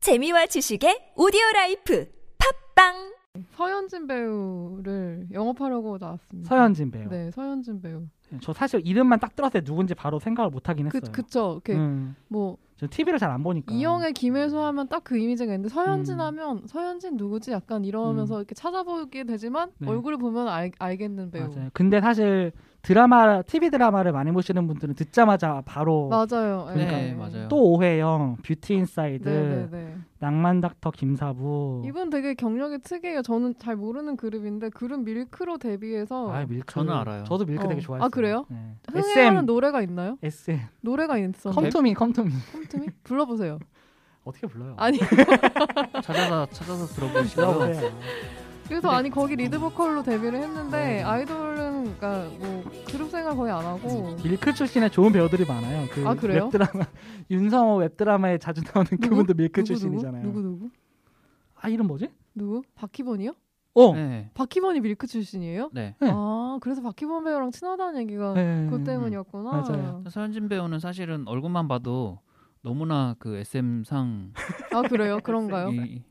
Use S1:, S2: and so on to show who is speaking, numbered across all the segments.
S1: 재미와 지식의 오디오 라이프 팝빵
S2: 서현진 배우를 영업하려고 나왔습니다.
S3: 서현진 배우. 예,
S2: 네, 서현진 배우.
S3: 저 사실 이름만 딱 들었을 때 누군지 바로 생각을 못 하긴
S2: 그
S3: 했어요.
S2: 그쵸. 이렇게
S3: 음,
S2: 뭐
S3: 저 TV를 잘 안 보니까.
S2: 이영애 김혜수 하면 딱 그 이미지가 있는데 서현진
S3: 음.
S2: 하면 서현진 누구지 약간 이러면서
S3: 음.
S2: 이렇게 찾아보게 되지만
S3: 네.
S2: 얼굴을 보면 알, 알겠는 배우.
S3: 맞아요. 근데 사실 드라마 TV 드라마를 많이 보시는 분들은 듣자마자 바로
S2: 맞아요. 예.
S3: 그러니까요.
S4: 네, 맞아요.
S3: 또 오해영, 뷰티 인사이드,
S2: 네, 네, 네.
S3: 낭만 닥터 김사부.
S2: 이분 되게 경력이 특이해요. 저는 잘 모르는 그룹인데 그룹 밀크로 데뷔해서
S3: 아, 밀크.
S4: 저는 알아요.
S3: 저도 밀크
S2: 어.
S3: 되게 좋아했어요.
S2: 아, 그래요?
S3: 네.
S2: 흥행하는
S3: SM
S2: 노래가 있나요?
S3: SM
S2: 노래가 있어.
S3: 컴투미 컴투미
S2: 컴투미? 불러보세요.
S3: 어떻게 불러요?
S2: 아니
S4: 찾아서 찾아서 들어보시고요.
S3: 들어보세요.
S2: 그래서
S3: 네.
S2: 아니 거기 리드 보컬로 데뷔를 했는데 아이돌은 그러니까 뭐 그룹 생활 거의 안 하고
S3: 밀크 출신의 좋은 배우들이 많아요. 그
S2: 어. 아, 그래요?
S3: 웹드라마 윤성호 웹드라마에 자주 나오는
S2: 누구?
S3: 그분도 밀크
S2: 누구,
S3: 출신이잖아요.
S2: 누구 누구
S3: 아 이름 뭐지?
S2: 누구 박희번이요?
S3: 어.
S4: 네.
S2: 박희번이 밀크 출신이에요?
S4: 네.
S3: 네.
S2: 아 그래서 박희번 배우랑 친하다는 얘기가
S3: 네.
S2: 그것 때문이었구나.
S3: 맞아요.
S4: 서현진 배우는 사실은 얼굴만 봐도 너무나 그 SM 상
S2: 아 그래요? 그런가요?
S4: 이-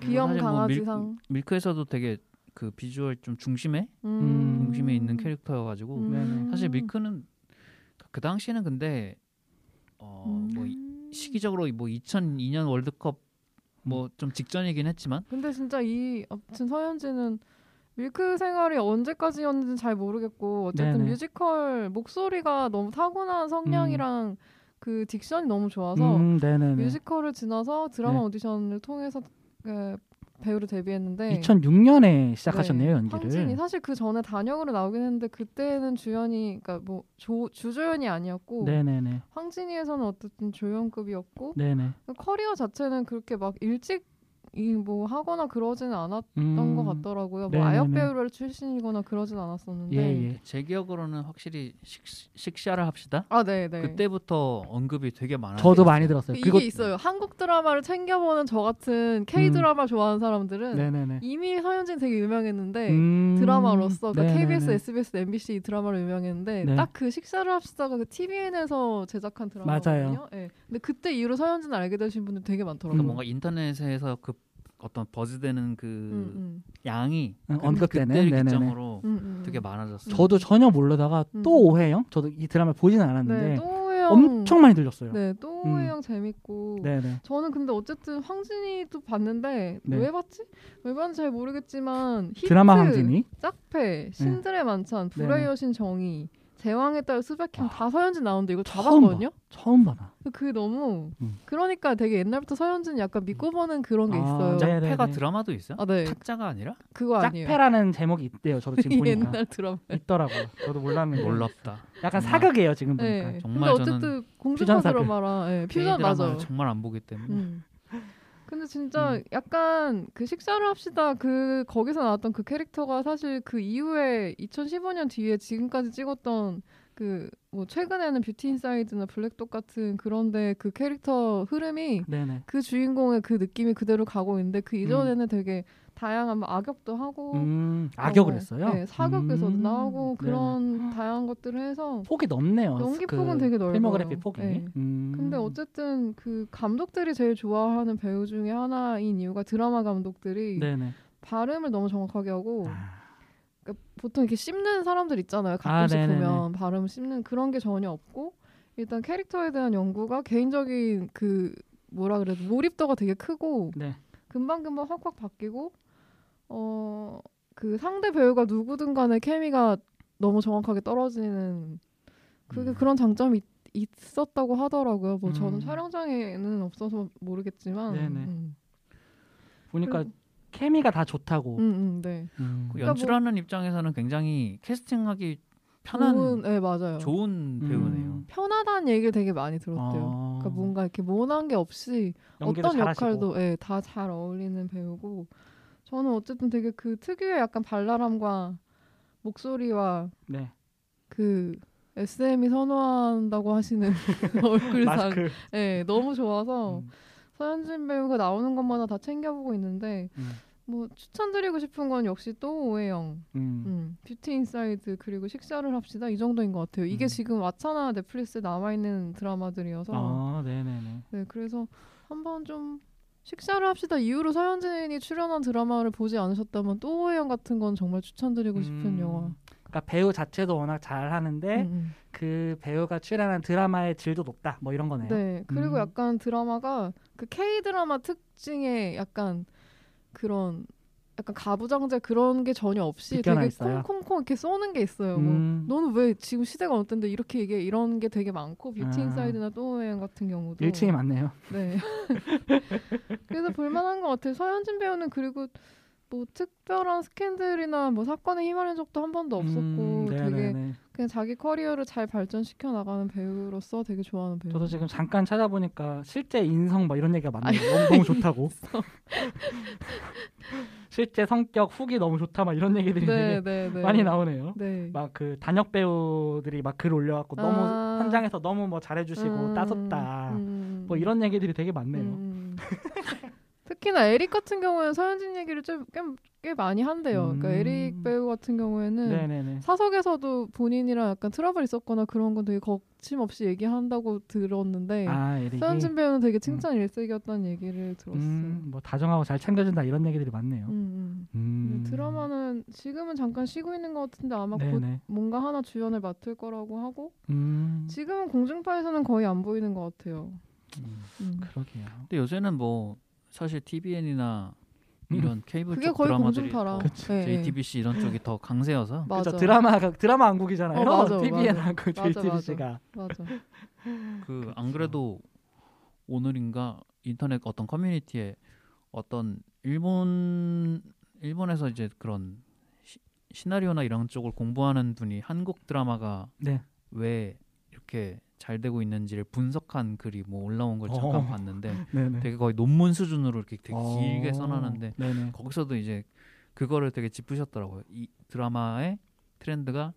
S2: 귀염
S4: 사실 뭐
S2: 강아지상.
S4: 밀, 크에서도 되게 그 비주얼 좀 중심에
S3: 음.
S4: 중심에 있는 캐릭터여가지고
S3: 음. 네네.
S4: 사실 밀크는 그 당시에는 근데
S2: 음.
S4: 어뭐 시기적으로 뭐 2002년 월드컵 뭐 좀 직전이긴 했지만
S2: 근데 진짜 이 아무튼 서현진은 밀크 생활이 언제까지였는지 잘 모르겠고 어쨌든
S3: 네네.
S2: 뮤지컬 목소리가 너무 타고난 성량이랑 그 딕션이 너무 좋아서
S3: 음, 네네네.
S2: 뮤지컬을 지나서 드라마
S3: 네.
S2: 오디션을 통해서 그 배우로 데뷔했는데
S3: 2006년에 시작하셨네요
S2: 네,
S3: 연기를.
S2: 황진이 사실 그 전에 단역으로 나오긴 했는데 그때는 주연이 그러니까 뭐 조, 주조연이 아니었고
S3: 네네네.
S2: 황진이에서는 어쨌든 조연급이었고
S3: 네네.
S2: 커리어 자체는 그렇게 막 일찍 이 뭐 하거나 그러지는 않았던
S3: 음,
S2: 것 같더라고요. 뭐
S3: 네네네.
S2: 아역 배우를 출신이거나 그러진 않았었는데.
S3: 예예.
S4: 제 기억으로는 확실히 식, 식샤를 합시다
S2: 아, 네, 네.
S4: 그때부터 언급이 되게 많았어요.
S3: 저도 많이 들었어요.
S2: 그 이게 있어요. 한국 드라마를 챙겨보는 저 같은 K 드라마 좋아하는 사람들은
S3: 음. 네네네.
S2: 이미 서현진 되게 유명했는데
S3: 음,
S2: 드라마로서 그러니까
S3: 네네네.
S2: KBS, SBS, MBC 드라마로 유명했는데
S3: 네.
S2: 딱 그 식사를 합시다가 그 TVN에서 제작한 드라마거든요.
S3: 맞아요.
S2: 예. 근데 그때 이후로 서현진 알게 되신 분들 되게 많더라고요.
S4: 그러니까
S3: 음.
S4: 뭔가 인터넷에서 그 어떤 버즈되는 그
S2: 음,
S4: 양이
S3: 응, 어, 언급되는.
S4: 그때를
S3: 네네네.
S4: 기점으로
S2: 음, 음, 음.
S4: 되게 많아졌어요.
S3: 저도 전혀 모르다가
S2: 음.
S3: 또 오해영. 저도 이 드라마 보지는
S2: 네,
S3: 않았는데
S2: 또우영
S3: 엄청 많이 들렸어요.
S2: 네, 또우영 재밌고
S3: 네네.
S2: 저는 근데 어쨌든 황진이도 봤는데
S3: 네.
S2: 왜 봤지? 왜 봤는지 잘 모르겠지만 히트,
S3: 드라마 황진이. 네.
S2: 짝패, 신들의 만찬, 불의
S3: 네네.
S2: 여신 정의, 제왕의 딸 수백향
S3: 와.
S2: 다 서현진 나오는데 이거 다
S3: 처음 봐.
S2: 봤거든요.
S3: 처음 봐나.
S2: 그 너무
S3: 음.
S2: 그러니까 되게 옛날부터 서현진 약간 믿고 보는 그런 게
S3: 아,
S2: 있어요.
S3: 네.
S4: 짝패가
S3: 네네네.
S4: 드라마도 있어요?
S2: 아 네,
S4: 타짜가 아니라?
S2: 그거 아니에요.
S3: 짝패라는 제목이 있대요. 저도 지금 보니까
S2: 옛날 드라마.
S3: 있더라고요. 저도
S2: 음.
S3: 몰랐는데.
S4: 놀랍다.
S3: 약간
S4: 정말.
S3: 사극이에요 지금 보니까.
S2: 네.
S4: 정말
S2: 근데
S4: 저는
S2: 어쨌든 공중파
S3: 그러니까 퓨전사들.
S2: 드라마라 예,
S3: 네,
S2: 퓨전
S4: K-드라마를
S2: 맞아요.
S4: 정말 안 보기 때문에 그
S2: 음. 근데 진짜
S3: 음.
S2: 약간 그 식사를 합시다 그 거기서 나왔던 그 캐릭터가 사실 그 이후에 2015년 뒤에 지금까지 찍었던 그 뭐 최근에는 뷰티 인사이드나 블랙독 같은 그런데 그 캐릭터 흐름이
S3: 네네.
S2: 그 주인공의 그 느낌이 그대로 가고 있는데 그 이전에는 되게 다양한 뭐 악역도 하고
S3: 음, 악역을
S2: 어,
S3: 했어요.
S2: 네, 사극에서도
S3: 음,
S2: 나오고
S3: 네네.
S2: 그런 다양한 것들을 해서
S3: 폭이 넓네요.
S2: 연기폭은 되게 넓어요.
S3: 필모그래피 폭이.
S2: 네.
S3: 음.
S2: 근데 어쨌든 그 감독들이 제일 좋아하는 배우 중에 하나인 이유가 드라마 감독들이
S3: 네네.
S2: 발음을 너무 정확하게 하고
S3: 아,
S2: 그러니까 보통 이렇게 씹는 사람들 있잖아요. 가끔씩
S3: 네네네.
S2: 보면 발음 씹는 그런 게 전혀 없고 일단 캐릭터에 대한 연구가 개인적인 그 뭐라 그래도 몰입도가 되게 크고
S3: 네.
S2: 금방금방 확확 바뀌고 어 그 상대 배우가 누구든 간에 케미가 너무 정확하게 떨어지는 그게
S4: 음.
S2: 그런 장점이 있, 었다고 하더라고요. 뭐 저는
S3: 음.
S2: 촬영장에는 없어서 모르겠지만
S3: 네네.
S2: 음.
S3: 보니까
S2: 그리고-
S3: 케미가 다 좋다고.
S2: 음, 음, 네.
S3: 음.
S4: 그
S2: 그러니까 뭐-
S4: 연출하는 입장에서는 굉장히 캐스팅하기 편한
S2: 좋은,
S4: 좋은,
S2: 네, 맞아요.
S3: 음.
S4: 배우네요.
S2: 편하다는 얘기를 되게 많이 들었대요.
S3: 어,
S2: 그러니까 뭔가 이렇게 모난 게 없이
S3: 연기도
S2: 어떤
S3: 잘하시고.
S2: 역할도 예, 다 잘 어울리는 배우고 저는 어쨌든 되게 그 특유의 약간 발랄함과 목소리와
S3: 네.
S2: 그 SM이 선호한다고 하시는 그 얼굴상
S3: 마스크.
S2: 예, 너무 좋아서
S3: 음,
S2: 서현진 배우가 나오는 것마다 다 챙겨보고 있는데
S3: 음,
S2: 뭐 추천드리고 싶은 건 역시 또 오해영
S3: 음.
S2: 음, 뷰티 인사이드 그리고 식사를 합시다 이 정도인 것 같아요. 이게
S3: 음.
S2: 지금 왓챠나 넷플릭스에 남아있는 드라마들이어서
S3: 아, 네네네.
S2: 네 그래서 한번 좀 식사를 합시다 이후로 서현진이 출연한 드라마를 보지 않으셨다면 또오해연 같은 건 정말 추천드리고 싶은
S3: 음,
S2: 영화.
S3: 그러니까 배우 자체도 워낙 잘하는데
S2: 음,
S3: 그 배우가 출연한 드라마의 질도 높다. 뭐 이런
S2: 음.
S3: 거네요.
S2: 네. 그리고
S3: 음.
S2: 약간 드라마가 그 K 드라마 특징의 약간 그런 약간 가부장제 그런 게 전혀 없이
S3: 비껴나
S2: 되게
S3: 있어요.
S2: 콩콩콩 이렇게 쏘는 게 있어요. 뭐
S3: 음,
S2: 너는 왜 지금 시대가 어떤데 이렇게 얘기해 이런 게 되게 많고 뷰티
S3: 아.
S2: 인사이드나 또오해연 같은 경우도
S3: 일층이 많네요.
S2: 네. 그래서 볼만한 것 같아요. 서현진 배우는 그리고 뭐 특별한 스캔들이나 뭐 사건에 휘말린 적도 한 번도 없었고
S3: 음, 네,
S2: 되게
S3: 네, 네.
S2: 그냥 자기 커리어를 잘 발전시켜 나가는 배우로서 되게 좋아하는 배우.
S3: 저도 지금 잠깐 찾아보니까 실제 인성 막 이런 얘기가 많네요. 너무, 너무 좋다고. 실제 성격 후기 너무 좋다 막 이런 얘기들이
S2: 네,
S3: 되게
S2: 네, 네.
S3: 많이 나오네요.
S2: 네.
S3: 막 그 단역 배우들이 막 글 올려갖고 너무
S2: 아.
S3: 현장에서 너무 뭐 잘해주시고
S2: 음,
S3: 따숩다
S2: 음.
S3: 뭐 이런 얘기들이 되게 많네요.
S2: 음. 특히나 에릭 같은 경우에는 서현진 얘기를 좀꽤 꽤 많이 한대요. 그러니까
S3: 음.
S2: 에릭 배우 같은 경우에는
S3: 네네네.
S2: 사석에서도 본인이랑 약간 트러블 있었거나 그런 건 되게 거침없이 얘기한다고 들었는데
S3: 아 에릭이
S2: 서현진 배우는 되게 칭찬 일색이었다는 얘기를 들었어요. 음.
S3: 음, 뭐 다정하고 잘 챙겨준다 이런 얘기들이 많네요.
S2: 음. 근데
S3: 음.
S2: 드라마는 지금은 잠깐 쉬고 있는 것 같은데 아마 곧
S3: 네네.
S2: 뭔가 하나 주연을 맡을 거라고 하고
S3: 음.
S2: 지금은 공중파에서는 거의 안 보이는 것 같아요.
S4: 음.
S2: 음.
S3: 그러게요.
S4: 근데 요새는 뭐 사실 TVN이나
S3: 음.
S4: 이런 케이블
S2: 그게
S4: 쪽
S2: 거의
S4: 드라마들이
S2: 공중파라.
S4: 더
S2: 예, 예.
S4: JTBC 이런 쪽이 더 강세여서
S2: 맞아.
S3: 그쵸, 드라마가 드라마 한국이잖아요. 그
S2: 어, 맞아,
S3: TVN
S2: 맞아.
S3: 한국
S2: 맞아, 맞아.
S3: JTBC가
S2: 맞아.
S3: 그렇죠.
S4: 그 안 그래도 오늘인가 인터넷 어떤 커뮤니티에 어떤 일본 일본에서 이제 그런 시, 시나리오나 이런 쪽을 공부하는 분이 한국 드라마가
S3: 네.
S4: 왜 이렇게 잘 되고 있는지를 분석한 글이 뭐 올라온 걸 잠깐
S3: 어.
S4: 봤는데
S3: 네네.
S4: 되게 거의 논문 수준으로 이렇게 되게
S3: 어,
S4: 길게 써놨는데
S3: 네네.
S4: 거기서도 이제 그거를 되게 짚으셨더라고요. 이 드라마의 트렌드가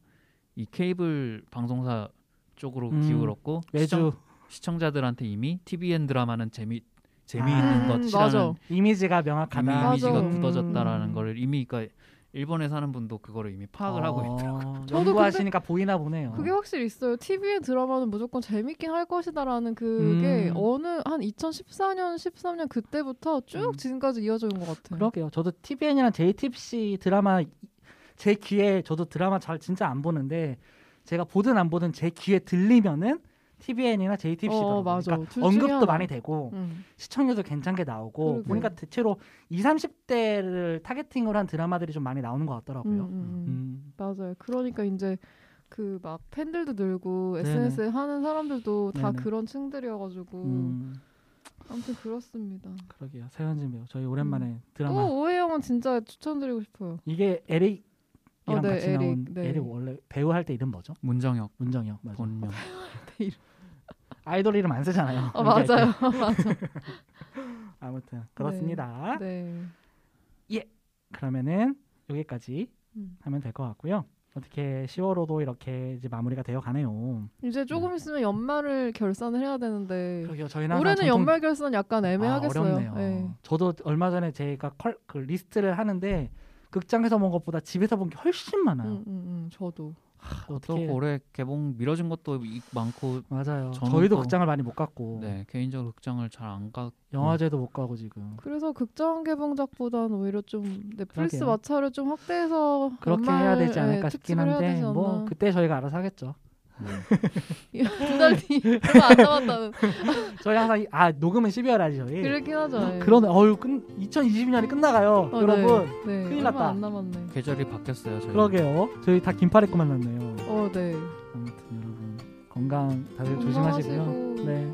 S4: 이 케이블 방송사 쪽으로
S3: 음,
S4: 기울었고
S3: 외주
S4: 시청, 자들한테 이미 TVN 드라마는 재미 재미있는
S3: 음,
S2: 맞아.
S4: 것이라는
S3: 이미지가
S4: 이미
S3: 명확하다.
S4: 이미지가
S2: 맞아.
S4: 굳어졌다라는
S3: 음.
S4: 거를 이미 그러니까 일본에 사는 분도 그거를 이미 파악을 하고
S3: 어.
S4: 있
S3: 있더라고요.
S2: 저도
S3: 연구하시니까 보이나 보네요.
S2: 그게 확실히 있어요. TV의 드라마는 무조건 재밌긴 할 것이다라는 그게
S3: 음.
S2: 어느 한 2014년, 13년 그때부터 쭉
S3: 음.
S2: 지금까지 이어져 온 것 같아요.
S3: 그러게요. 저도 TVN이랑 JTBC 드라마 이- 제 귀에 저도 드라마 잘 진짜 안 보는데 제가 보든 안 보든 제 귀에 들리면은 TVN이나 JTBC더라고요.
S2: 어, 맞아. 둘 중에
S3: 언급도
S2: 하나.
S3: 많이 되고
S2: 음.
S3: 시청률도 괜찮게 나오고
S2: 그러게.
S3: 보니까 대체로 2, 30대를 타겟팅으로 한 드라마들이 좀 많이 나오는 것 같더라고요.
S2: 음, 음, 음.
S3: 음.
S2: 맞아요. 그러니까 이제 그 막 팬들도 늘고
S3: 네네.
S2: SNS 에 하는 사람들도 다
S3: 네네.
S2: 그런 층들이어가지고
S3: 음,
S2: 아무튼 그렇습니다.
S3: 그러게요. 서현진 배우 저희 오랜만에 드라마
S2: 또 음. 오해영은 진짜 추천드리고 싶어요.
S3: 이게 에릭이랑
S2: 어, 네,
S3: 같이 나온
S2: 에릭, 네.
S3: 에릭 원래 배우 할 때 이름 뭐죠?
S4: 문정혁
S3: 문정혁 맞아.
S4: 본명
S3: 아이돌 이름 안 쓰잖아요.
S2: 어,
S3: 연기할 때.
S2: 맞아요, 맞아.
S3: 아무튼 그렇습니다.
S2: 네.
S3: 그러면은 여기까지
S2: 음.
S3: 하면 될 것 같고요. 어떻게 10월호도 이렇게 이제 마무리가 되어 가네요.
S2: 이제 조금 있으면 연말을 결산을 해야 되는데
S3: 음. 그러게요. 저희는 항상
S2: 네. 올해는
S3: 전통-
S2: 연말 결산 약간 애매하겠어요.
S3: 아, 어렵네요.
S2: 예.
S3: 저도 얼마 전에 제가 컬, 그 리스트를 하는데 극장에서 본 것보다 집에서 본 게 훨씬 많아요.
S2: 음, 음, 음, 저도.
S4: 또
S3: 어떻게
S4: 올해 개봉 미뤄진 것도 이- 많고
S3: 맞아요.
S4: 저는
S3: 저희도
S4: 또-
S3: 극장을 많이 못 갔고
S4: 네 개인적으로 극장을 잘 안 가.
S3: 영화제도 못 가고 지금
S2: 그래서 극장 개봉작보다는 오히려 좀 넷플릭스
S3: 그러게요.
S2: 마차를 좀 확대해서
S3: 그렇게
S2: 연말,
S3: 해야 되지
S2: 예,
S3: 않을까 싶긴
S2: 특집을 해야
S3: 한데
S2: 되지 않나.
S3: 뭐 그때 저희가 알아서 하겠죠.
S2: 두달 뒤. 얼마 안 남았다는.
S3: 저희 항상 이- 아 녹음은 12월 알죠. 저희
S2: 그렇긴 하죠. 예.
S3: 그런 어유 끈 2020년이 끝나가요,
S2: 어,
S3: 여러분.
S2: 네. 네.
S3: 큰일
S2: 얼마
S3: 났다.
S2: 안 남았네.
S4: 계절이 바뀌었어요. 저희.
S3: 그러게요. 저희 다 긴팔 입고 만났네요.
S2: 어, 네.
S3: 아무튼 여러분 건강 다들 조심하시고요.
S2: 건강하시고
S3: 네,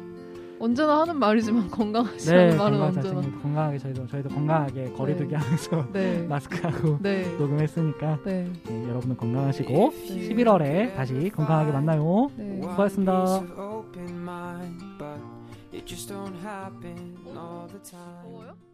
S2: 언제나 하는 말이지만 건강하시라는
S3: 네
S2: 말은
S3: 건강 잘
S2: 언제나.
S3: 챙기고 건강하게 저희도 저희도 건강하게 거리두기 하면서
S2: 네.
S3: 마스크하고
S2: 네.
S3: 녹음했으니까
S2: 네.
S3: 네, 여러분도 건강하시고
S5: 네.
S3: 11월에 다시 건강하게 만나요.
S2: 네.
S3: 수고하셨습니다.
S5: One piece of open mind, but it just don't happen all the time.
S2: 더워요?